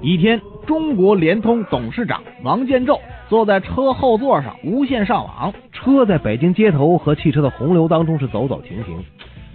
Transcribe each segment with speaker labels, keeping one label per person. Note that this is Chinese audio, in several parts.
Speaker 1: 一天，中国联通董事长王建宙坐在车后座上无线上网。
Speaker 2: 车在北京街头和汽车的洪流当中是走走停停，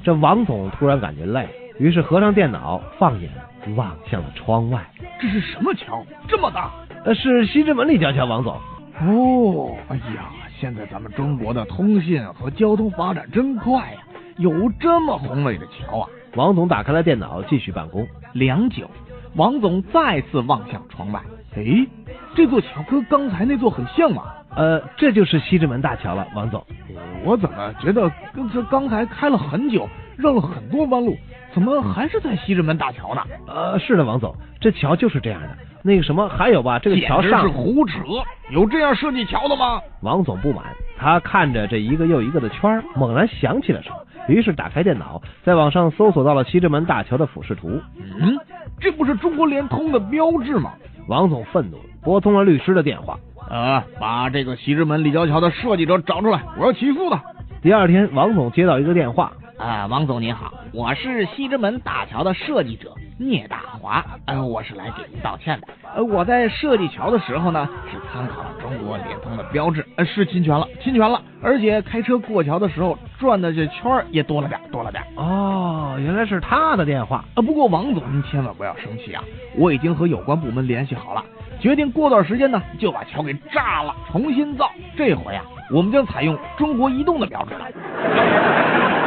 Speaker 2: 这王总突然感觉累，于是合上电脑，放眼望向了窗外，
Speaker 1: 这是什么桥？这么大？
Speaker 2: 呃，是西直门立交桥。王总，
Speaker 1: 哦，哎呀，现在咱们中国的通信和交通发展真快呀、有这么宏伟的桥啊！
Speaker 2: 王总打开了电脑，继续办公。
Speaker 1: 良久，王总再次望向窗外。诶，这座桥跟刚才那座很像嘛？
Speaker 2: 呃，这就是西直门大桥了，王总。
Speaker 1: 我怎么觉得跟这刚才开了很久，绕了很多弯路，怎么还是在西直门大桥呢？
Speaker 2: 呃，是的，王总，这桥就是这样的。那个什么，还有吧，这个桥
Speaker 1: 简直
Speaker 2: 上
Speaker 1: 是，胡扯！有这样设计桥的吗？
Speaker 2: 王总不满，他看着这一个又一个的圈儿，猛然想起了什么，于是打开电脑，在网上搜索到了西直门大桥的俯视图。
Speaker 1: 嗯，这不是中国联通的标志吗？
Speaker 2: 王总愤怒了，拨通了律师的电话。
Speaker 1: 呃，把这个西直门立交桥的设计者找出来，我要起诉他。
Speaker 2: 第二天，王总接到一个电话，
Speaker 1: 啊，王总您好，我是西直门大桥的设计者聂大华，呃，我是来给您道歉的。呃，我在设计桥的时候呢，是参考了中国联通的标志，呃，是侵权了，侵权了，而且开车过桥的时候转的这圈儿也多了点儿，多了点儿。
Speaker 2: 哦，原来是他的电话。
Speaker 1: 啊，不过王总您千万不要生气啊，我已经和有关部门联系好了，决定过段时间呢就把桥给炸了，重新造。这回啊，我们将采用中国移动的标志了。